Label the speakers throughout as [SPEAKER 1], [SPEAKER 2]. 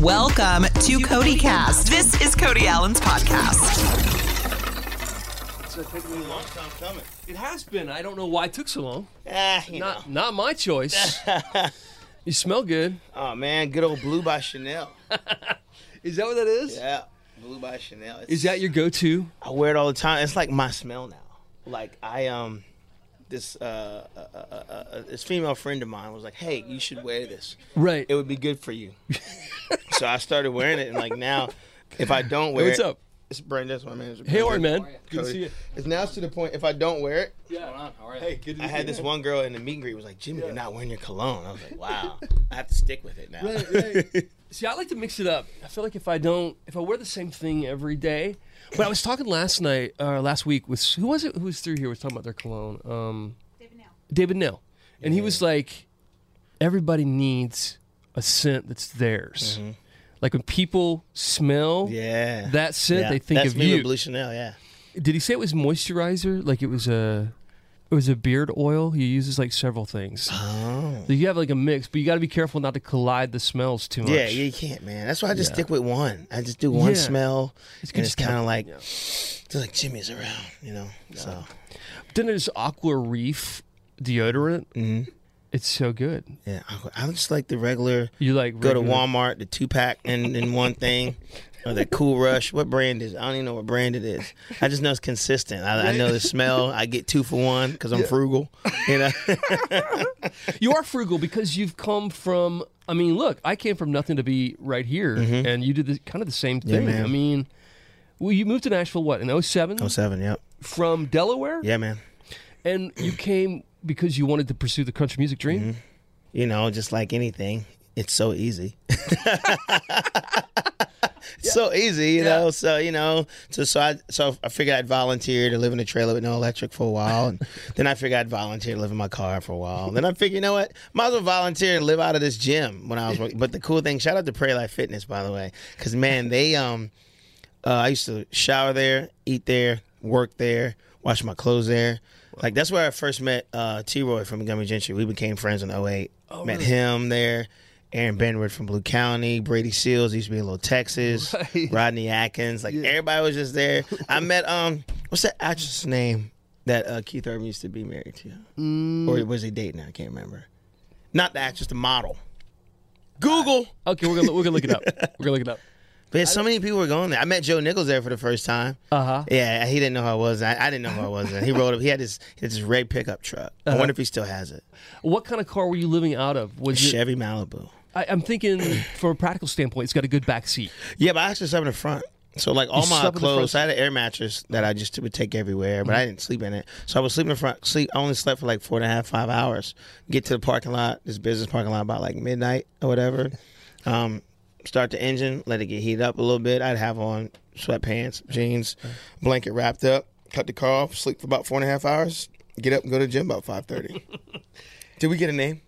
[SPEAKER 1] Welcome to Cody Cast. This is Cody Allen's podcast.
[SPEAKER 2] It's uh, taking me a long time coming.
[SPEAKER 3] It has been. I don't know why it took so long.
[SPEAKER 2] Ah, you
[SPEAKER 3] Not not my choice. you smell good.
[SPEAKER 2] know. Oh man, good old Blue by Chanel.
[SPEAKER 3] Is that what that is?
[SPEAKER 2] Yeah, Blue by Chanel. It's-
[SPEAKER 3] Is that your go-to?
[SPEAKER 2] I wear it all the time. It's like my smell now. Like I um, this uh, uh, uh, uh, uh, this female friend of mine was like, "Hey, you should wear this.
[SPEAKER 3] Right.
[SPEAKER 2] It would be good for you." so I started wearing it, and like now, if I don't wear
[SPEAKER 3] what's
[SPEAKER 2] it,
[SPEAKER 3] up?
[SPEAKER 2] It's Brandon. That's my manager.
[SPEAKER 3] Hey, Orrin,
[SPEAKER 2] Brandon.
[SPEAKER 3] man. Good to
[SPEAKER 2] Cody.
[SPEAKER 3] see you.
[SPEAKER 2] It's now to the point if I don't wear it,
[SPEAKER 3] Hey, good to
[SPEAKER 2] I had this one girl in the meet and greet was like, Jimmy, you're not wearing your cologne. I was like, wow, I have to stick with it now.
[SPEAKER 3] See, I like to mix it up. I feel like if I don't, if I wear the same thing every day. But I was talking last night, uh, last week with who was it? Who was through here? Was talking about their cologne. Um, David Nail, and he was like, everybody needs a scent that's theirs. Like when people smell
[SPEAKER 2] Mm-hmm. Yeah.
[SPEAKER 3] that scent,
[SPEAKER 2] Yeah.
[SPEAKER 3] they think
[SPEAKER 2] That's
[SPEAKER 3] of
[SPEAKER 2] me
[SPEAKER 3] you.
[SPEAKER 2] With Blue Chanel, yeah.
[SPEAKER 3] Did he say it was moisturizer? Like it was a, it was a beard oil. He uses like several things.
[SPEAKER 2] Oh.
[SPEAKER 3] So you have like a mix, but you got to be careful not to collide the smells too much.
[SPEAKER 2] Yeah, you can't, man. That's why I just stick with one. I just do one
[SPEAKER 3] Yeah.
[SPEAKER 2] smell.
[SPEAKER 3] It's good
[SPEAKER 2] and
[SPEAKER 3] to
[SPEAKER 2] it's kind
[SPEAKER 3] have-
[SPEAKER 2] of like, it's like Jimmy's around, you know? So,
[SPEAKER 3] Then there's Aqua Reef deodorant. Mm-hmm. It's so good.
[SPEAKER 2] yeah. I- I just like the regular,
[SPEAKER 3] You like
[SPEAKER 2] go to
[SPEAKER 3] regular-
[SPEAKER 2] Walmart, the two pack and, and one thing. Or the Cool Rush, what brand is? It? I don't even know what brand it is. I just know it's consistent. I, I know the smell. I get two for one because I'm frugal. You know,
[SPEAKER 3] You are frugal because you've come from. I mean, look, I came from nothing to be right here, and you did the, kind of the same thing.
[SPEAKER 2] Mm-hmm. man.
[SPEAKER 3] I mean, well, you moved to Nashville what in 07?
[SPEAKER 2] oh seven, yep,
[SPEAKER 3] from Delaware,
[SPEAKER 2] yeah, man.
[SPEAKER 3] and you came because you wanted to pursue the country music
[SPEAKER 2] Mm-hmm.
[SPEAKER 3] dream.
[SPEAKER 2] you know, just like anything, it's so easy. It's So easy, you know. So you know, so so I so I figured I'd volunteer to live in a trailer with no electric for a while, and then I figured I'd volunteer to live in my car for a while. Then I figured, you know what, might as well volunteer and live out of this gym when I was. working. But the cool thing, shout out to Prairie Life Fitness, by the way, because man, they um, uh, I used to shower there, eat there, work there, wash my clothes there. Like that's where I first met uh, T Roy from Montgomery Gentry. We became friends in 08. met him there. Aaron Benward from Blue County, Brady Seals used to be in Little Texas, Rodney Atkins, like everybody was just there. I met um, what's that actress name that uh, Keith Urban used to be married to, or was he dating? her? I can't remember. Not the actress, the model. Google.
[SPEAKER 3] Okay, we're gonna we're gonna look it up. We're gonna look it up.
[SPEAKER 2] But so many people were going there. I met Joe Nichols there for the first time.
[SPEAKER 3] Uh huh.
[SPEAKER 2] Yeah, he didn't know who I was. I, I didn't know who I was. And he rolled up. He had this he had this red pickup truck. I
[SPEAKER 3] Uh-huh.
[SPEAKER 2] wonder if he still has it.
[SPEAKER 3] What kind of car were you living out of? Was it?
[SPEAKER 2] Chevy Malibu.
[SPEAKER 3] I, I'm thinking from a practical standpoint, it's got a good back seat.
[SPEAKER 2] Yeah, but I actually slept in the front. So like all
[SPEAKER 3] You
[SPEAKER 2] my
[SPEAKER 3] slept in the front Mm-hmm.
[SPEAKER 2] clothes, I had an air mattress that I just would take everywhere, but I didn't sleep in it. So I was sleeping in the front. Sleep. I only slept for like four and a half, five hours. Get to the parking lot, this business parking lot, about like midnight or whatever. Um, start the engine, let it get heated up a little bit. I'd have on sweatpants, jeans, blanket wrapped up. Cut the car off, sleep for about four and a half hours. Get up and go to the gym about five thirty. Did we get a name?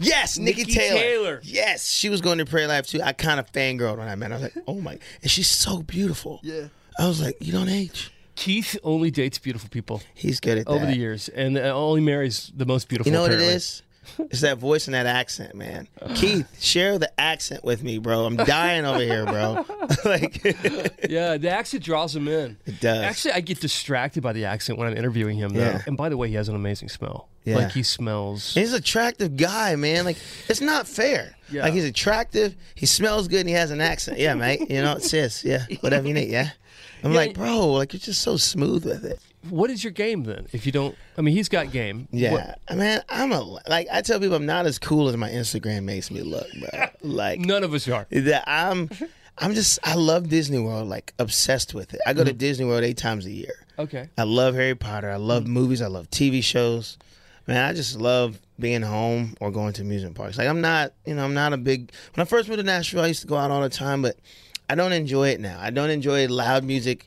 [SPEAKER 2] Yes, Nikki,
[SPEAKER 3] Nikki
[SPEAKER 2] Taylor.
[SPEAKER 3] Taylor.
[SPEAKER 2] Yes, she was going to Prayer Life too. I kind of fangirled when I met her. I was like, oh my, and she's so beautiful. Yeah. I was like, you don't age.
[SPEAKER 3] Keith only dates beautiful people
[SPEAKER 2] He's good at that.
[SPEAKER 3] over the years, and uh, only marries the most beautiful.
[SPEAKER 2] You know what
[SPEAKER 3] apparently.
[SPEAKER 2] it is? It's that voice and that accent, man. Keith, share the accent with me, bro. I'm dying over here, bro. like, it
[SPEAKER 3] Yeah, the accent draws him in.
[SPEAKER 2] does.
[SPEAKER 3] Actually, I get distracted by the accent when I'm interviewing him. Though.
[SPEAKER 2] Yeah.
[SPEAKER 3] And by the way, he has an amazing smell.
[SPEAKER 2] Yeah.
[SPEAKER 3] Like he smells.
[SPEAKER 2] He's an attractive guy, man. Like it's not fair.
[SPEAKER 3] Yeah.
[SPEAKER 2] Like he's attractive, he smells good, and he has an accent. Yeah, mate. You know, sis. Yeah, whatever you need. Yeah. I'm like, bro. Like you're just so smooth with it.
[SPEAKER 3] What is your game then? If you don't, I mean, he's got game.
[SPEAKER 2] Yeah,
[SPEAKER 3] What-
[SPEAKER 2] man, I'm a like I tell people I'm not as cool as my Instagram makes me look, bro. Like
[SPEAKER 3] none of us are.
[SPEAKER 2] that I'm, I'm just I love Disney World, like obsessed with it. I go to Disney World eight times a year.
[SPEAKER 3] Mm-hmm. Okay. Mm.
[SPEAKER 2] I love Harry Potter. I love movies. I love TV shows. Man, I just love being home or going to amusement parks. Like I'm not, you know, I'm not a big. When I first moved to Nashville, I used to go out all the time, but I don't enjoy it now. I don't enjoy loud music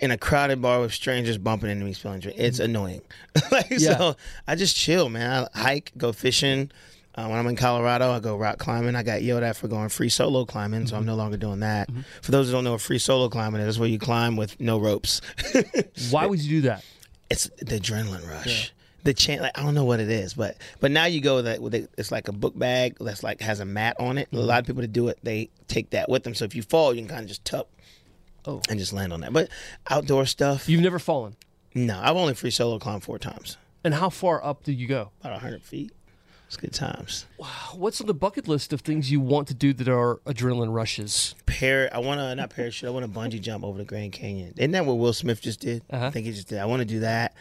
[SPEAKER 2] in a crowded bar with strangers bumping into me spilling drink. It's annoying. like
[SPEAKER 3] Mm. Yeah.
[SPEAKER 2] so, I just chill, man. I hike, go fishing. Uh, when I'm in Colorado, I go rock climbing. I got yelled at for going free solo climbing, so
[SPEAKER 3] Mm-hmm.
[SPEAKER 2] I'm no longer doing that. For those who don't know what free solo climbing is, that's where you climb with no ropes.
[SPEAKER 3] Why would you do that?
[SPEAKER 2] it's the adrenaline rush. the chain. Like, I don't know what it is, but but now you go with that. With it, it's like a book bag that's like has a mat on it. A lot of people that do it, they take that with them. So if you fall, you can kind of just tuck.
[SPEAKER 3] Oh.
[SPEAKER 2] And just land on that. But outdoor stuff,
[SPEAKER 3] You've never fallen.
[SPEAKER 2] no. I've only free solo climbed four times,
[SPEAKER 3] And how far up did you go?
[SPEAKER 2] about hundred feet. It's good times.
[SPEAKER 3] What's on the bucket list of things you want to do that are adrenaline rushes?
[SPEAKER 2] Par- I want to not parachute. I want to bungee jump over the Grand Canyon. Isn't that what Will Smith just did? I think he just did. I want to do that.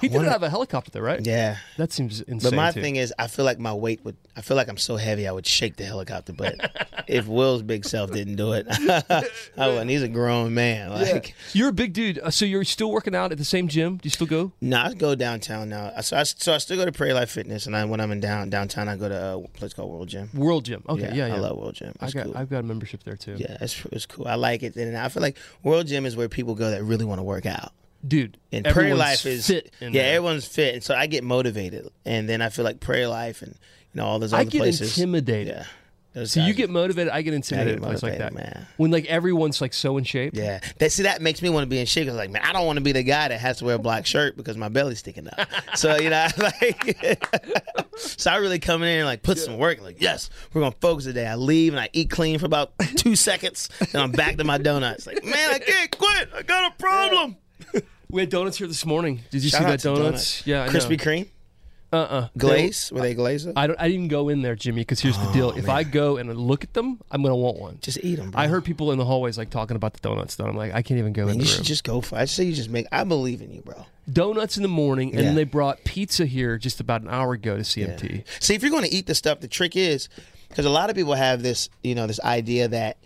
[SPEAKER 3] He
[SPEAKER 2] I
[SPEAKER 3] did
[SPEAKER 2] wanna-
[SPEAKER 3] have a helicopter there, right?
[SPEAKER 2] Yeah.
[SPEAKER 3] That seems insane.
[SPEAKER 2] But my
[SPEAKER 3] too.
[SPEAKER 2] thing is, I feel like my weight would. I feel like I'm so heavy, I would shake the helicopter. But if Will's big self didn't do it, I wouldn't. He's a grown man. Like,
[SPEAKER 3] you're a big dude, uh, so you're still working out at the same gym. Do you still go?
[SPEAKER 2] No, I go downtown now. So I, so I still go to Prairie Life Fitness, and I, when I'm in down downtown, I go to uh, a place called World Gym.
[SPEAKER 3] World Gym. Okay, yeah, yeah.
[SPEAKER 2] I love World Gym.
[SPEAKER 3] I
[SPEAKER 2] It's
[SPEAKER 3] got,
[SPEAKER 2] cool.
[SPEAKER 3] I've got a membership there too.
[SPEAKER 2] yeah, it's, it's cool. I like it, and I feel like World Gym is where people go that really want to work out.
[SPEAKER 3] dude.
[SPEAKER 2] And Prairie
[SPEAKER 3] everyone's
[SPEAKER 2] Life is
[SPEAKER 3] fit.
[SPEAKER 2] yeah,
[SPEAKER 3] in there.
[SPEAKER 2] everyone's fit, and so I get motivated, and then I feel like Prairie Life and you know all those
[SPEAKER 3] I
[SPEAKER 2] other
[SPEAKER 3] get
[SPEAKER 2] places.
[SPEAKER 3] intimidated.
[SPEAKER 2] Yeah, Those
[SPEAKER 3] So you
[SPEAKER 2] guys-
[SPEAKER 3] get motivated. I get intimidated at a place like that.
[SPEAKER 2] motivated, man.
[SPEAKER 3] When like everyone's like so in shape.
[SPEAKER 2] Yeah, that see that makes me want to be in shape. 'cause, like, man, I don't want to be the guy that has to wear a black shirt because my belly's sticking out. so you know, like, so I really come in and like put some work. Like, yes, we're gonna focus today. I leave and I eat clean for about two seconds, and I'm back to my donuts. Like, man, I can't quit. I got a problem.
[SPEAKER 3] We had donuts here this morning. Did you
[SPEAKER 2] Shout
[SPEAKER 3] see
[SPEAKER 2] out
[SPEAKER 3] that
[SPEAKER 2] to
[SPEAKER 3] donuts? Yeah, I know.
[SPEAKER 2] Krispy Kreme
[SPEAKER 3] Uh-uh.
[SPEAKER 2] glaze. Were they glazed?
[SPEAKER 3] I don't. I didn't go in there, Jimmy, because here's the deal. If I go and look at them, I'm gonna want one.
[SPEAKER 2] Oh, Just eat them.
[SPEAKER 3] I heard people in the hallways like talking about the donuts. Though I'm like, I can't even go in
[SPEAKER 2] You
[SPEAKER 3] the
[SPEAKER 2] should
[SPEAKER 3] room.
[SPEAKER 2] just go for. I say you just make. I believe in you, bro.
[SPEAKER 3] Donuts in the morning, and
[SPEAKER 2] Yeah.
[SPEAKER 3] then they brought pizza here just about an hour ago to CMT.
[SPEAKER 2] See, if you're going to eat the stuff, the trick is because a lot of people have this, you know, this idea that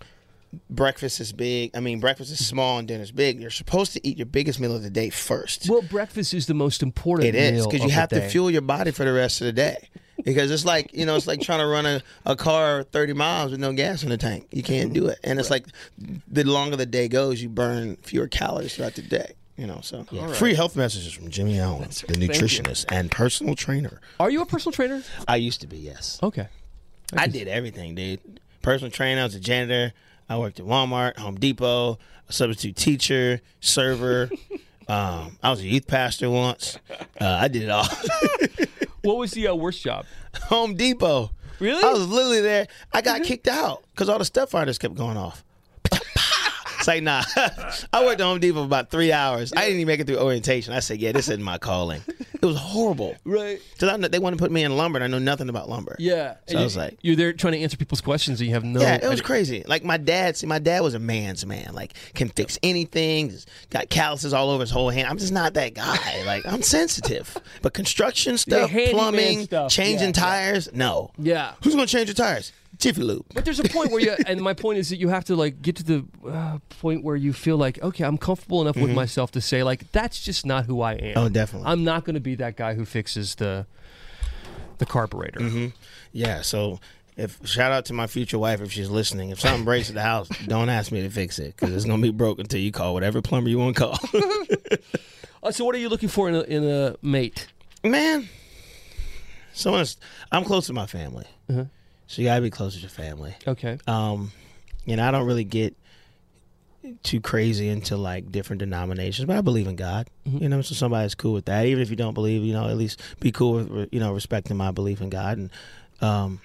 [SPEAKER 2] breakfast is big. I mean, breakfast is small and dinner's big. You're supposed to eat your biggest meal of the day first.
[SPEAKER 3] Well, breakfast is the most important.
[SPEAKER 2] it is
[SPEAKER 3] meal
[SPEAKER 2] because
[SPEAKER 3] of
[SPEAKER 2] you
[SPEAKER 3] the
[SPEAKER 2] have to
[SPEAKER 3] day.
[SPEAKER 2] fuel your body for the rest of the day. Because it's like you know, it's like trying to run a, a car thirty miles with no gas in the tank. You can't do it, and it's like the longer the day goes, you burn fewer calories throughout the day. You know, so free health messages from Jimmy Allen, the nutritionist and personal trainer.
[SPEAKER 3] Are you a personal trainer?
[SPEAKER 2] I used to be yes.
[SPEAKER 3] Okay.
[SPEAKER 2] I did everything, dude. Personal trainer, I was a janitor. I worked at Walmart, Home Depot, a substitute teacher, server. um, I was a youth pastor once. Uh, I did it all.
[SPEAKER 3] What was the uh, worst job?
[SPEAKER 2] Home Depot.
[SPEAKER 3] Really? Mm-hmm.
[SPEAKER 2] I was literally there. I got kicked out because all the stuff fighters kept going off. It's like, nah. I worked at Home Depot for about three hours. I didn't even make it through orientation. I said, yeah, this isn't my calling. It was horrible.
[SPEAKER 3] Right.
[SPEAKER 2] Because I know, they wanted to put me in lumber, and I know nothing about lumber.
[SPEAKER 3] Yeah.
[SPEAKER 2] So I was like,
[SPEAKER 3] you're there trying to answer people's questions, and you have no.
[SPEAKER 2] Yeah, it was
[SPEAKER 3] idea.
[SPEAKER 2] crazy. Like my dad, see, my dad was a man's man. Like can fix anything. just Got calluses all over his whole hand. I'm just not that guy. Like I'm sensitive. But construction stuff,
[SPEAKER 3] handyman
[SPEAKER 2] plumbing,
[SPEAKER 3] stuff.
[SPEAKER 2] changing
[SPEAKER 3] Yeah,
[SPEAKER 2] tires, no.
[SPEAKER 3] Yeah.
[SPEAKER 2] Who's gonna change your tires? Jiffy Lube.
[SPEAKER 3] But there's a point where you, and my point is that you have to like get to the uh, point where you feel like, okay, I'm comfortable enough with myself to say like, that's just not who I am.
[SPEAKER 2] Mm-hmm. Oh, definitely.
[SPEAKER 3] I'm not going to be that guy who fixes the the carburetor.
[SPEAKER 2] Mm-hmm. Yeah. So. If shout out to my future wife if she's listening. If something breaks at the house, don't ask me to fix it because it's gonna be broke until you call whatever plumber you want to call.
[SPEAKER 3] Uh, so, what are you looking for in a, in a mate?
[SPEAKER 2] Man, someone's. I'm close to my family,
[SPEAKER 3] Uh-huh.
[SPEAKER 2] so you gotta be close to your family.
[SPEAKER 3] Okay.
[SPEAKER 2] um you know i don't really get too crazy into like different denominations but i believe in god you know so somebody's cool with that even if you don't believe you know at least be cool with you know respecting my belief in god and um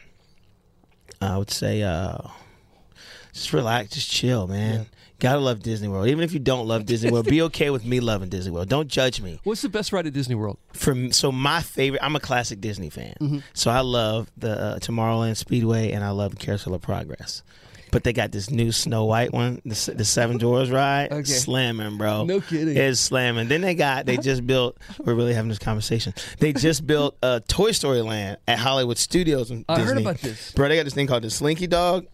[SPEAKER 2] i would say uh just relax just chill man gotta love disney world even if you don't love disney world be okay with me loving disney world don't judge me
[SPEAKER 3] What's the best ride at Disney World?
[SPEAKER 2] for m- so my favorite i'm a classic disney fan
[SPEAKER 3] Mm-hmm.
[SPEAKER 2] so i love the uh, tomorrowland speedway and i love carousel of progress but they got this new snow white one the, s- the seven doors ride
[SPEAKER 3] Okay.
[SPEAKER 2] slamming bro
[SPEAKER 3] No kidding.
[SPEAKER 2] it's slamming then they got they just built we're really having this conversation they just built uh, toy story land at hollywood studios in
[SPEAKER 3] I heard
[SPEAKER 2] Disney.
[SPEAKER 3] about this.
[SPEAKER 2] bro they got this thing called the slinky dog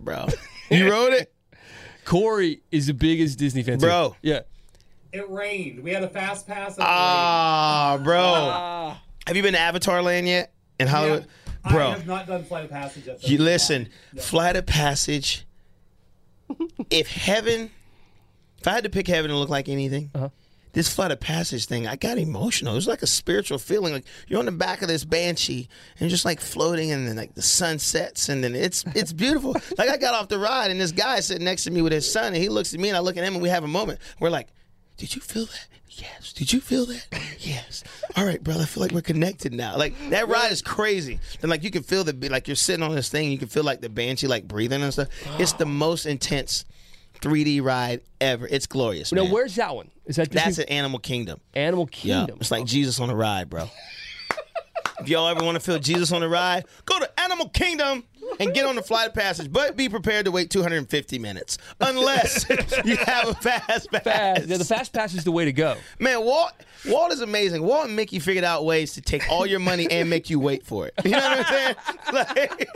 [SPEAKER 2] bro you rode it
[SPEAKER 3] Corey is the biggest Disney fan. too.
[SPEAKER 2] Bro.
[SPEAKER 3] Yeah.
[SPEAKER 4] It rained. We had a fast pass. and it
[SPEAKER 2] ah bro
[SPEAKER 3] Ah.
[SPEAKER 2] have you been to avatar land yet in hollywood
[SPEAKER 4] rained. I
[SPEAKER 2] bro
[SPEAKER 4] have not done flight of passage yet. though.
[SPEAKER 2] You listen, flight of passage. if heaven, if I had to pick heaven to look like anything, this flight of passage thing, I got emotional. It was like a spiritual feeling. Like you're on the back of this banshee and you're just like floating, and then like the sun sets, and then it's it's beautiful. like I got off the ride, and this guy sitting next to me with his son, and he looks at me, and I look at him, and we have a moment. We're like. Did you feel that? Yes. Did you feel that? Yes. All right, brother. I feel like we're connected now. Like that ride is crazy. And like you can feel the like you're sitting on this thing. You can feel like the banshee like breathing and stuff. It's the most intense 3D ride ever. It's glorious.
[SPEAKER 3] Now,
[SPEAKER 2] man.
[SPEAKER 3] where's that one? Is that Disney?
[SPEAKER 2] That's at Animal Kingdom.
[SPEAKER 3] Animal
[SPEAKER 2] Yeah,
[SPEAKER 3] Kingdom?
[SPEAKER 2] it's like Jesus on a ride, bro. if y'all ever want to feel Jesus on a ride, go to Animal Kingdom and get on the flight of passage, but be prepared to wait 250 minutes unless you have a fast pass.
[SPEAKER 3] Fast. Yeah, the fast pass is the way to go.
[SPEAKER 2] Man, Walt, Walt is amazing. Walt and Mickey figured out ways to take all your money and make you wait for it. You know what I'm saying? Like,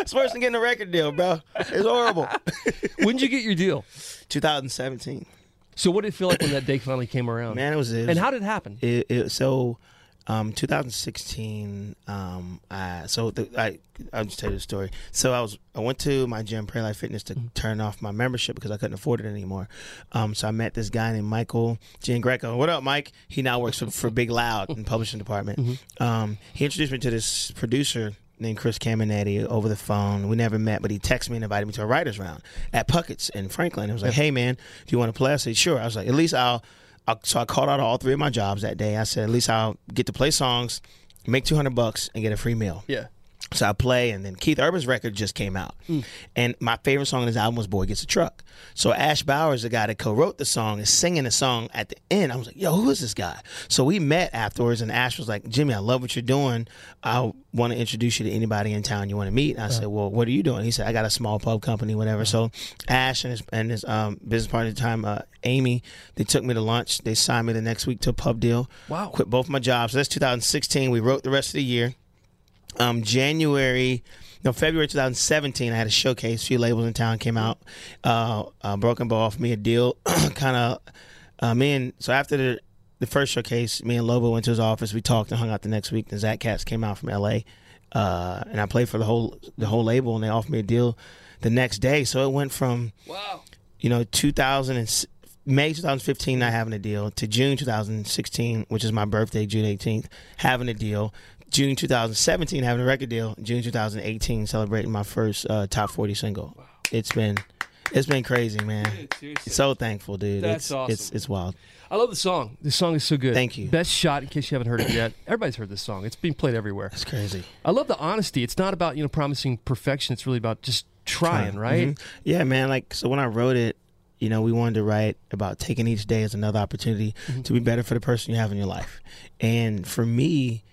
[SPEAKER 2] it's worse than getting a record deal, bro. It's horrible.
[SPEAKER 3] when did you get your deal?
[SPEAKER 2] 2017.
[SPEAKER 3] So what did it feel like when that day finally came around?
[SPEAKER 2] Man, it was. It was
[SPEAKER 3] and how did it happen?
[SPEAKER 2] it, it so um 2016 um I so the, I I'll just tell you the story. So I was I went to my gym Prayer Life Fitness to turn off my membership because I couldn't afford it anymore. Um so I met this guy named Michael Jean Greco. What up Mike? He now works for, for Big Loud in publishing department. Um he introduced me to this producer named Chris Caminetti over the phone. We never met, but he texted me and invited me to a writer's round at Puckett's in Franklin. It was like, hey man, do you want to play? I said, sure. I was like, at least I'll I, so I called out all three of my jobs that day. I said, at least I'll get to play songs, make 200 bucks, and get a free meal.
[SPEAKER 3] Yeah.
[SPEAKER 2] So I play, and then Keith Urban's record just came out. And my favorite song on his album was Boy Gets a Truck. So Ash Bowers, the guy that co wrote the song, is singing the song at the end. I was like, yo, who is this guy? So we met afterwards, and Ash was like, Jimmy, I love what you're doing. I want to introduce you to anybody in town you want to meet. And I said, well, what are you doing? He said, I got a small pub company, whatever. So Ash and his, and his um, business partner at the time, uh, Amy, they took me to lunch. They signed me the next week to a pub deal.
[SPEAKER 3] Wow.
[SPEAKER 2] Quit both my jobs. So that's 2016. We wrote the rest of the year um, January, no, February 2017, I had a showcase. few labels in town came out. Uh, uh, Broken Bow offered me a deal. kind of, uh, me and, so after the, the first showcase, me and Lobo went to his office. We talked and hung out the next week. Then Zach Katz came out from LA. Uh, and I played for the whole the whole label, and they offered me a deal the next day. So it went from
[SPEAKER 3] Wow.
[SPEAKER 2] you know, 2000 and s- May 2015 not having a deal to June 2016, which is my birthday, June 18th, having a deal. June 2017 having a record deal. June 2018 celebrating my first uh, top 40 single. It's been it's been crazy, man.
[SPEAKER 3] seriously.
[SPEAKER 2] so thankful, dude.
[SPEAKER 3] That's
[SPEAKER 2] it's,
[SPEAKER 3] awesome.
[SPEAKER 2] It's it's wild.
[SPEAKER 3] I love the song. This song is so good.
[SPEAKER 2] Thank you.
[SPEAKER 3] Best shot. In case you haven't heard it yet, everybody's heard this song. It's being played everywhere.
[SPEAKER 2] It's crazy.
[SPEAKER 3] I love the honesty. It's not about you know promising perfection. It's really about just trying, right?
[SPEAKER 2] Mhm. Yeah, man. Like, so when I wrote it, you know, we wanted to write about taking each day as another opportunity to be better for the person you have in your life. And for me,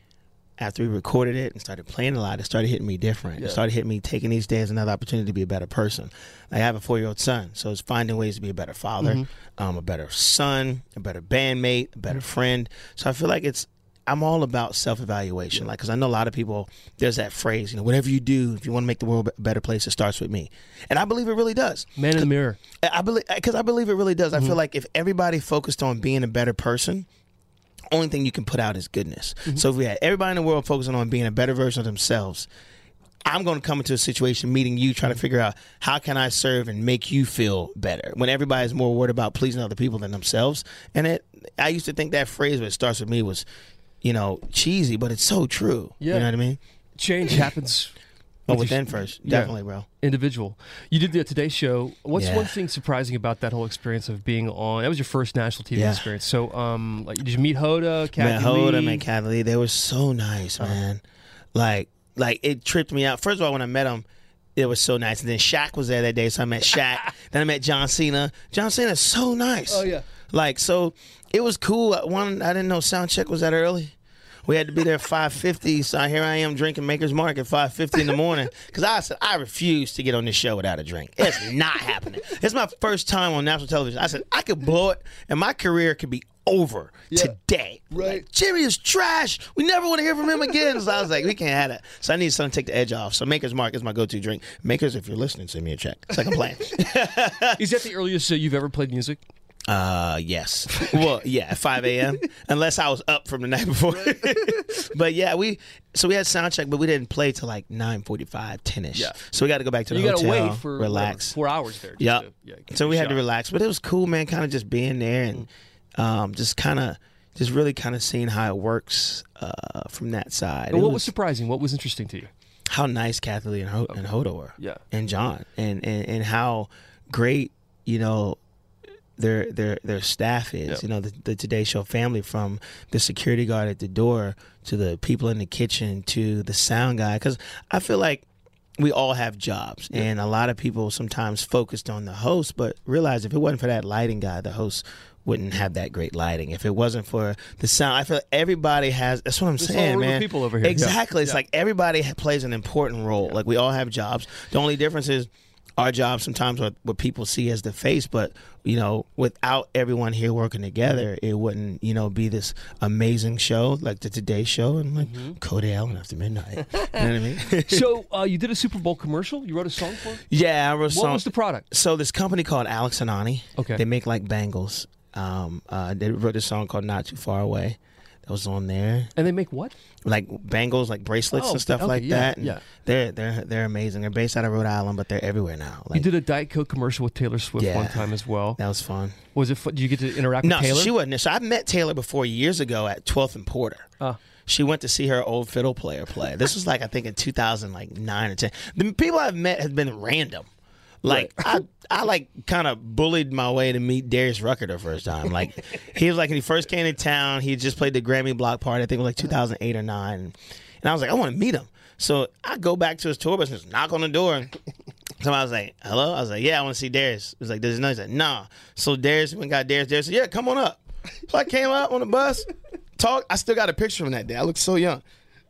[SPEAKER 2] after we recorded it and started playing a lot, it started hitting me different. It started hitting me taking each day as another opportunity to be a better person. Like I have a four year old son, so it's finding ways to be a better father, um, a better son, a better bandmate, a better friend. So I feel like it's I'm all about self evaluation. Like, because I know a lot of people, there's that phrase, you know, whatever you do, if you want to make the world a better place, it starts with me. And I believe it really does.
[SPEAKER 3] Man in the mirror.
[SPEAKER 2] I believe because I believe it really does.
[SPEAKER 3] Mm-hmm.
[SPEAKER 2] I feel like if everybody focused on being a better person, only thing you can put out is goodness.
[SPEAKER 3] Mm-hmm.
[SPEAKER 2] So if we had everybody in the world focusing on being a better version of themselves, I'm going to come into a situation meeting you, trying to figure out how can I serve and make you feel better. When everybody's more worried about pleasing other people than themselves, and it, I used to think that phrase "What starts with me" was, you know, cheesy, but it's so true.
[SPEAKER 3] Yeah.
[SPEAKER 2] You know what I mean?
[SPEAKER 3] Change happens.
[SPEAKER 2] Oh,
[SPEAKER 3] with your-
[SPEAKER 2] within first,
[SPEAKER 3] Yeah.
[SPEAKER 2] definitely, bro.
[SPEAKER 3] individual. You did the Today Show. What's
[SPEAKER 2] Yeah.
[SPEAKER 3] one thing surprising about that whole experience of being on? That was your first national TV
[SPEAKER 2] Yeah.
[SPEAKER 3] experience. So, um, like, did you meet Hoda,
[SPEAKER 2] Man,
[SPEAKER 3] Kathy
[SPEAKER 2] Hoda,
[SPEAKER 3] Lee?
[SPEAKER 2] man, Kathy Lee, they were so nice,
[SPEAKER 3] Uh-huh.
[SPEAKER 2] man. Like, like it tripped me out. First of all, when I met them, it was so nice. And then Shaq was there that day, so I met Shaq. then I met John Cena. John Cena's so nice.
[SPEAKER 3] Oh, yeah.
[SPEAKER 2] Like, so it was cool. One, I didn't know sound check was that early. We had to be there at 5:50, so here I am drinking Maker's Mark at 5:50 in the morning. Because I said I refuse to get on this show without a drink. It's not happening. It's my first time on national television. I said I could blow it, and my career could be over today. Right? Jimmy is trash. We never want to hear from him again. So I was like, we can't have that. So I need something to take the edge off. So Maker's Mark is my go-to drink. Makers, if you're listening, send me a check. Second plan.
[SPEAKER 3] Is that the earliest uh, you've ever played music?
[SPEAKER 2] Uh, yes. Well, yeah, at 5 a.m. unless I was up from the night before. but yeah, we so we had sound check, but we didn't play till like 9:45, 10ish.
[SPEAKER 3] Yeah.
[SPEAKER 2] So we got to go back to the
[SPEAKER 3] You gotta
[SPEAKER 2] hotel,
[SPEAKER 3] wait for whatever,
[SPEAKER 2] relax.
[SPEAKER 3] four hours there. just
[SPEAKER 2] Yeah.
[SPEAKER 3] to- get
[SPEAKER 2] so
[SPEAKER 3] your
[SPEAKER 2] we had
[SPEAKER 3] shot. Mm.
[SPEAKER 2] to relax, but it was cool, man. Kind of just being there and um, just kind of, just really kind of seeing how it works uh, from that side.
[SPEAKER 3] And
[SPEAKER 2] It
[SPEAKER 3] what was surprising? What was interesting to you?
[SPEAKER 2] how nice Kathleen and, Ho- and Hodor were.
[SPEAKER 3] Yeah.
[SPEAKER 2] And John. And, and and how great, you know, their their their staff is. You know, the, the Today Show family from the security guard at the door to the people in the kitchen to the sound guy. Because I feel like we all have jobs, and a lot of people sometimes focused on the host, but realize if it wasn't for that lighting guy, the host wouldn't have that great lighting. If it wasn't for the sound, I feel like everybody has. That's what I'm
[SPEAKER 3] a whole
[SPEAKER 2] saying,
[SPEAKER 3] room of
[SPEAKER 2] man.
[SPEAKER 3] people over here. Yeah.
[SPEAKER 2] Exactly. It's like everybody ha- plays an important role. Like we all have jobs. The only difference is our jobs sometimes are what people see as the face, but you know, without everyone here working together, it wouldn't, you know, be this amazing show like the Today Show and like
[SPEAKER 3] Mm-hmm.
[SPEAKER 2] Cody Allen after midnight. you know what I mean?
[SPEAKER 3] so uh, you did a Super Bowl commercial. You wrote a song for. it?
[SPEAKER 2] yeah, I wrote
[SPEAKER 3] What was the product?
[SPEAKER 2] so this company called Alex and Ani.
[SPEAKER 3] Okay.
[SPEAKER 2] They make like bangles. Um, uh, they wrote this song called "Not Too Far Away." That was on there,
[SPEAKER 3] And they make what?
[SPEAKER 2] like bangles, like bracelets
[SPEAKER 3] Oh,
[SPEAKER 2] and stuff
[SPEAKER 3] okay,
[SPEAKER 2] like
[SPEAKER 3] yeah,
[SPEAKER 2] that. And
[SPEAKER 3] yeah.
[SPEAKER 2] they're they're they're amazing. They're based out of Rhode Island, but they're everywhere now. Like,
[SPEAKER 3] You did a Diet Coke commercial with Taylor Swift
[SPEAKER 2] Yeah.
[SPEAKER 3] one time as well.
[SPEAKER 2] that was fun.
[SPEAKER 3] Was it? Fun? Did you get to interact
[SPEAKER 2] No,
[SPEAKER 3] with Taylor?
[SPEAKER 2] she wasn't. there. So I met Taylor before years ago at 12th and Porter.
[SPEAKER 3] Ah.
[SPEAKER 2] She went to see her old fiddle player play. This was like I think in 2009 or 10. The people I've met have been random. Like I, I like kind of bullied my way to meet Darius Rucker the first time. Like he was like when he first came to town, he had just played the Grammy block party. I think it was like 2008 or nine, and I was like, I want to meet him. So I go back to his tour bus and just knock on the door. So I was like, hello? I was like, yeah, I want to see Darius. He was like, there's no. He's like, nah. So Darius went and got Darius. Darius said, yeah, come on up. So I came up on the bus, talked. I still got a picture from that day. I looked so young.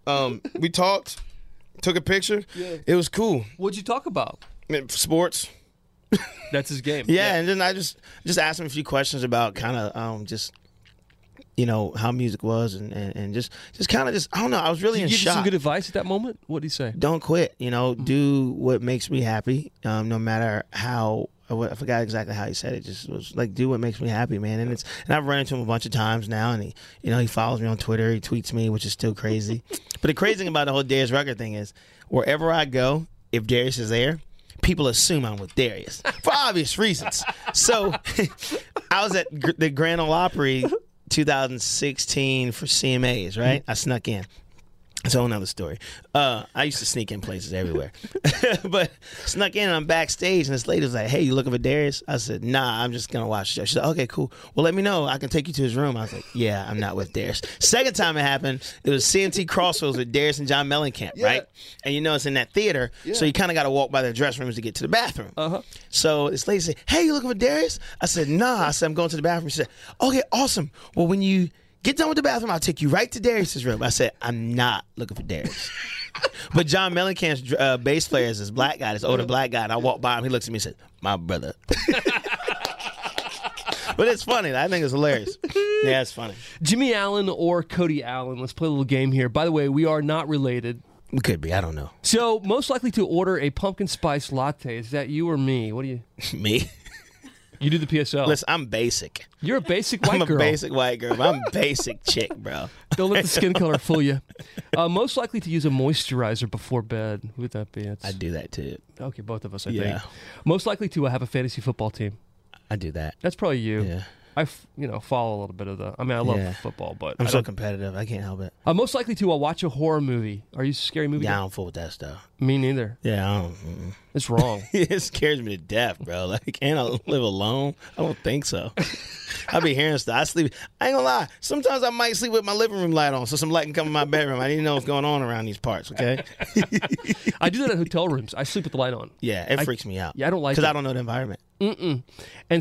[SPEAKER 2] Um, we talked, took a picture. It was cool.
[SPEAKER 3] What'd you talk about?
[SPEAKER 2] I mean, sports.
[SPEAKER 3] That's his game.
[SPEAKER 2] Yeah, and then I just just asked him a few questions about kind of um, just you know how music was and, and, and just just kind of just I don't know. I was really
[SPEAKER 3] Did
[SPEAKER 2] in
[SPEAKER 3] he give you
[SPEAKER 2] shock.
[SPEAKER 3] some good advice at that moment? What did he say?
[SPEAKER 2] don't quit. You know, do what makes me happy. Um, no matter how I wa- I forgot exactly how he said it. Just was like, do what makes me happy, man. And it's and I've run into him a bunch of times now, and he, you know, he follows me on Twitter. He tweets me, which is still crazy. but the crazy thing about the whole Darius Rucker thing is, wherever I go, if Darius is there. People assume I'm with Darius for obvious reasons. So I was at gr- the Grand Ole Opry 2016 for CMAs, right? I snuck in. It's a whole nother story. Uh, I used to sneak in places everywhere. but snuck in, I'm backstage, and this lady was like, Hey, you looking for Darius? I said, Nah, I'm just going to watch the show. She's like, Okay, cool. Well, let me know. I can take you to his room. I was like, Yeah, I'm not with Darius. Second time it happened, it was CMT Crossroads with Darius and John Mellencamp, right? And you know it's in that theater, so you kind of got to walk by their dress rooms to get to the bathroom. Uh-huh. So this lady said, Hey, you looking for Darius? I said, Nah. I said, I'm going to the bathroom. She said, Okay, awesome. Well, when you get done with the bathroom, I'll take you right to Darius's room. I said, I'm not looking for Darius. but John Mellencamp's uh, bass player is this black guy, this older black guy, and I walk by him. He looks at me and says, My brother. but it's funny. I think it's hilarious. Yeah, it's funny.
[SPEAKER 3] Jimmy Allen or Cody Allen? Let's play a little game here. By the way, we are not related.
[SPEAKER 2] We could be. I don't know.
[SPEAKER 3] So most likely to order a pumpkin spice latte is that you or me? What do you?
[SPEAKER 2] me.
[SPEAKER 3] You do the PSL.
[SPEAKER 2] Listen, I'm basic.
[SPEAKER 3] You're a basic white
[SPEAKER 2] I'm a
[SPEAKER 3] girl.
[SPEAKER 2] basic white girl. but I'm basic chick, bro.
[SPEAKER 3] Don't let the skin color fool you. Uh, most likely to use a moisturizer before bed. Who would that be? It's,
[SPEAKER 2] I do that too.
[SPEAKER 3] okay, both of us, I
[SPEAKER 2] Yeah.
[SPEAKER 3] think. Most likely to have a fantasy football team.
[SPEAKER 2] I do that.
[SPEAKER 3] That's probably you.
[SPEAKER 2] Yeah.
[SPEAKER 3] I, f- you know, follow a little bit of the. I mean, I love
[SPEAKER 2] Yeah.
[SPEAKER 3] football, but
[SPEAKER 2] I'm
[SPEAKER 3] I
[SPEAKER 2] so
[SPEAKER 3] don't-
[SPEAKER 2] competitive. I can't help it.
[SPEAKER 3] I'm most likely to uh, watch a horror movie. Are you a scary movie?
[SPEAKER 2] Yeah, I
[SPEAKER 3] guy?
[SPEAKER 2] don't fool with that stuff.
[SPEAKER 3] Me neither.
[SPEAKER 2] Yeah, I don't. mm. mm-mm.
[SPEAKER 3] It's wrong.
[SPEAKER 2] it scares me to death, bro. Like, can I live alone? I don't think so. I be hearing stuff. I sleep. I ain't gonna lie. Sometimes I might sleep with my living room light on, so some light can come in my bedroom. I didn't know what's going on around these parts. Okay.
[SPEAKER 3] I do that at hotel rooms. I sleep with the light on.
[SPEAKER 2] Yeah, it freaks me out.
[SPEAKER 3] yeah, I don't like
[SPEAKER 2] because
[SPEAKER 3] it.
[SPEAKER 2] I don't know the environment.
[SPEAKER 3] And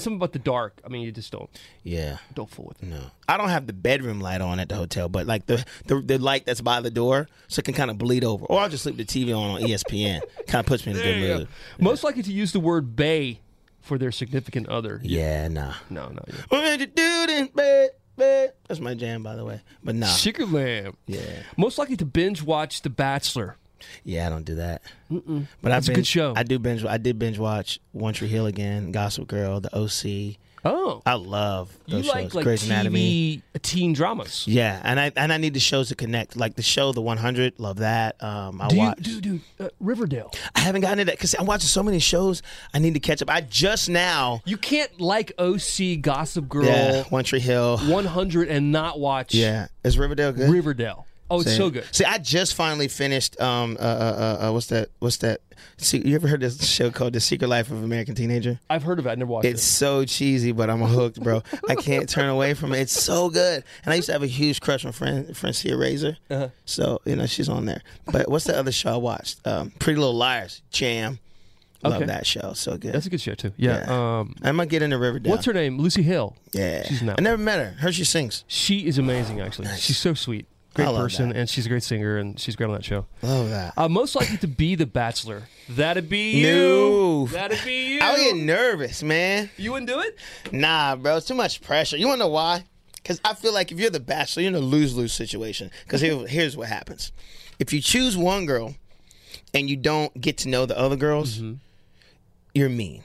[SPEAKER 3] something about the dark. I mean, you just don't
[SPEAKER 2] Yeah.
[SPEAKER 3] don't fool with it.
[SPEAKER 2] No, I don't have the bedroom light on at the hotel, but like the the, the light that's by the door, so it can kind of bleed over. Or I'll just leave the TV on E on ESPN. kind of puts me in a good mood.
[SPEAKER 3] Most likely to use the word "bay" for their significant other.
[SPEAKER 2] Yeah, nah.
[SPEAKER 3] No, no. Yeah.
[SPEAKER 2] What you do then, bed, bed? That's my jam, by the way. But nah.
[SPEAKER 3] Sugar lamb.
[SPEAKER 2] Yeah.
[SPEAKER 3] Most likely to binge watch The Bachelor.
[SPEAKER 2] Yeah, I don't do that. But I
[SPEAKER 3] That's a
[SPEAKER 2] binge,
[SPEAKER 3] good show.
[SPEAKER 2] I do binge. I did binge watch One Tree Hill again, Gossip Girl, The OC.
[SPEAKER 3] Oh,
[SPEAKER 2] I love
[SPEAKER 3] you
[SPEAKER 2] those
[SPEAKER 3] like
[SPEAKER 2] shows.
[SPEAKER 3] like
[SPEAKER 2] Grey's
[SPEAKER 3] TV
[SPEAKER 2] Anatomy.
[SPEAKER 3] teen dramas.
[SPEAKER 2] Yeah, and I and I need the shows to connect. Like the show The 100, love that. Um, I
[SPEAKER 3] Do you,
[SPEAKER 2] watch.
[SPEAKER 3] dude, dude, uh, Riverdale.
[SPEAKER 2] I haven't gotten into that because I'm watching so many shows. I need to catch up. I just now.
[SPEAKER 3] You can't like OC, Gossip Girl,
[SPEAKER 2] Yeah, One Tree Hill.
[SPEAKER 3] 100, and not watch
[SPEAKER 2] Yeah, is Riverdale good?
[SPEAKER 3] Riverdale. Oh, it's
[SPEAKER 2] See?
[SPEAKER 3] so good.
[SPEAKER 2] See, I just finally finished. Um, uh, uh, uh, uh, what's that? What's that? See, you ever heard this show called The Secret Life of American Teenager?
[SPEAKER 3] I've heard of it. I never watched
[SPEAKER 2] It's so cheesy, but I'm hooked, bro. I can't turn away from it. It's so good. And I used to have a huge crush on Fran- Francia Razor.
[SPEAKER 3] Uh-huh.
[SPEAKER 2] So, you know, she's on there. But what's the other show I watched? Um, Pretty Little Liars. Jam. Love
[SPEAKER 3] Okay.
[SPEAKER 2] that show. So good.
[SPEAKER 3] it. That's a good show too. Yeah. Um,
[SPEAKER 2] I might get into Riverdale.
[SPEAKER 3] what's her name? Lucy Hale.
[SPEAKER 2] Yeah.
[SPEAKER 3] She's not.
[SPEAKER 2] I never met her. Her she sings.
[SPEAKER 3] She is amazing. Actually, she's so sweet. Great
[SPEAKER 2] I love
[SPEAKER 3] person,
[SPEAKER 2] that.
[SPEAKER 3] and she's a great singer, and she's great on that show.
[SPEAKER 2] Love that.
[SPEAKER 3] Uh, most likely to be the Bachelor. That'd be you.
[SPEAKER 2] No.
[SPEAKER 3] That'd be you.
[SPEAKER 2] I would get nervous, man.
[SPEAKER 3] you wouldn't do it.
[SPEAKER 2] Nah, bro, it's too much pressure. You wanna know why? Because I feel like if you're the bachelor, you're in a lose lose situation. Because here, here's what happens: if you choose one girl and you don't get to know the other girls,
[SPEAKER 3] Mm-hmm.
[SPEAKER 2] you're mean.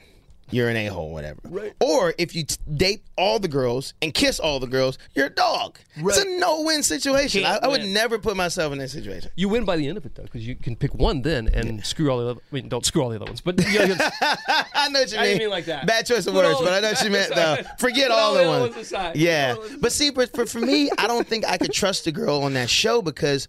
[SPEAKER 2] You're an a hole, whatever.
[SPEAKER 3] Right.
[SPEAKER 2] Or if you t- date all the girls and kiss all the girls, you're a dog. It's a
[SPEAKER 3] Right.
[SPEAKER 2] no win situation. I,
[SPEAKER 3] Can't
[SPEAKER 2] I would
[SPEAKER 3] win.
[SPEAKER 2] never put myself in that situation.
[SPEAKER 3] You win by the end of it though, because you can pick one then and screw all the other. I mean, don't screw all the other ones, but you know,
[SPEAKER 2] I know what you
[SPEAKER 3] I
[SPEAKER 2] mean.
[SPEAKER 3] didn't mean like that.
[SPEAKER 2] Bad choice of
[SPEAKER 3] Put
[SPEAKER 2] words,
[SPEAKER 3] all-
[SPEAKER 2] but I know what you meant though.
[SPEAKER 3] Sorry.
[SPEAKER 2] Forget
[SPEAKER 3] Put
[SPEAKER 2] all
[SPEAKER 3] all
[SPEAKER 2] the
[SPEAKER 3] the other
[SPEAKER 2] ones.
[SPEAKER 3] ones aside. Put
[SPEAKER 2] Yeah,
[SPEAKER 3] all the ones
[SPEAKER 2] but see, but for, for me, I don't think I could trust the girl on that show because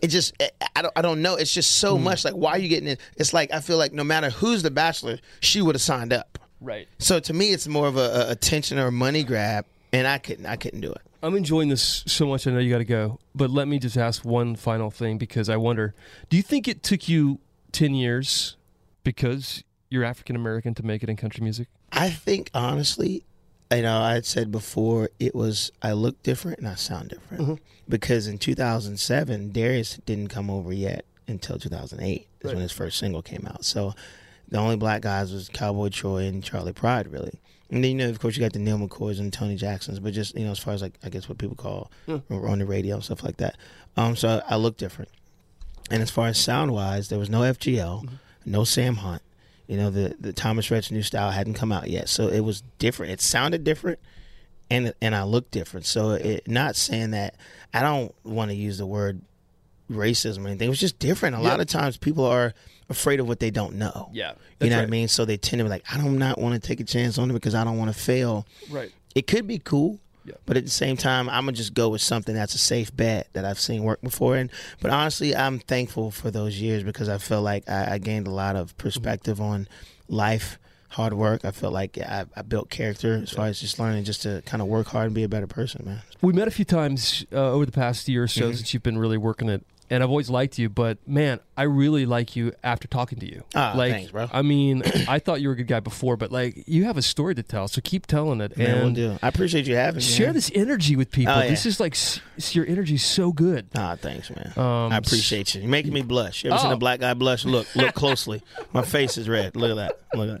[SPEAKER 2] it just I- I don't I don't know. It's just so much. Like, why are you getting it? It's like I feel like no matter who's the bachelor, she would have signed up.
[SPEAKER 3] right.
[SPEAKER 2] So to me, it's more of a, a attention or a money grab, and I couldn't I couldn't do it.
[SPEAKER 3] I'm enjoying this so much. I know you got to go, but let me just ask one final thing because I wonder: Do you think it took you ten years because you're African American to make it in country music?
[SPEAKER 2] I think honestly, you know, I had said before it was I look different and I sound different because in 2007 Darius didn't come over yet until 2008 is when his first single came out. So the only black guys was Cowboy Troy and Charlie Pride really. And then you know, of course, you got the Neil McCoys and Tony Jacksons, but just you know, as far as like I guess what people call on the radio and stuff like that. Um, so I look different. And as far as sound wise, there was no FGL,
[SPEAKER 3] Mm-hmm.
[SPEAKER 2] no Sam Hunt. You know, the, the Thomas Rhett's new style hadn't come out yet. So it was different. It sounded different and and I looked different. So it not saying that I don't want to use the word racism or anything. It was just different. A lot of times people are afraid of what they don't know.
[SPEAKER 3] Yeah,
[SPEAKER 2] You
[SPEAKER 3] that's
[SPEAKER 2] know what I
[SPEAKER 3] right.
[SPEAKER 2] mean? So they tend to be like, I do not want to take a chance on it because I don't want to fail.
[SPEAKER 3] Right.
[SPEAKER 2] It could be cool.
[SPEAKER 3] Yeah.
[SPEAKER 2] But at the same time, I'm gonna just go with something that's a safe bet that I've seen work before. And but honestly, I'm thankful for those years because I feel like I, I gained a lot of
[SPEAKER 3] Mm-hmm.
[SPEAKER 2] perspective on life, hard work. I felt like I, I built character as far as just learning just to kind of work hard and be a better person, man.
[SPEAKER 3] We met a few times uh, over the past year or so since you've been really working it, and I've always liked you. But man, I really like you after talking to you.
[SPEAKER 2] Ah,
[SPEAKER 3] like,
[SPEAKER 2] thanks, bro.
[SPEAKER 3] I mean, I thought you were a good guy before, but like, you have a story to tell, so keep telling it.
[SPEAKER 2] Man,
[SPEAKER 3] and
[SPEAKER 2] we'll do. I appreciate you having me.
[SPEAKER 3] share
[SPEAKER 2] man.
[SPEAKER 3] this energy with people.
[SPEAKER 2] Oh, yeah.
[SPEAKER 3] This is like s- s- your energy's so good.
[SPEAKER 2] Ah, thanks, man.
[SPEAKER 3] Um,
[SPEAKER 2] I appreciate you. You're making me blush. You ever seen a
[SPEAKER 3] Oh.
[SPEAKER 2] black guy blush? Look, look closely. My face is red. Look at that. Look at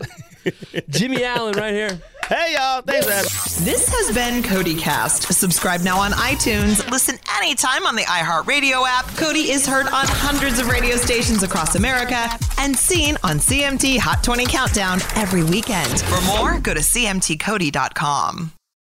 [SPEAKER 2] that.
[SPEAKER 3] Jimmy Allen, right here.
[SPEAKER 2] Hey, y'all. Thanks for having me.
[SPEAKER 1] This has been Cody Cast. Subscribe now on iTunes. Listen anytime on the iHeartRadio app. Cody is heard on hundreds of radio stations across America and seen on CMT Hot 20 Countdown every weekend. For more, go to cmtcody.com.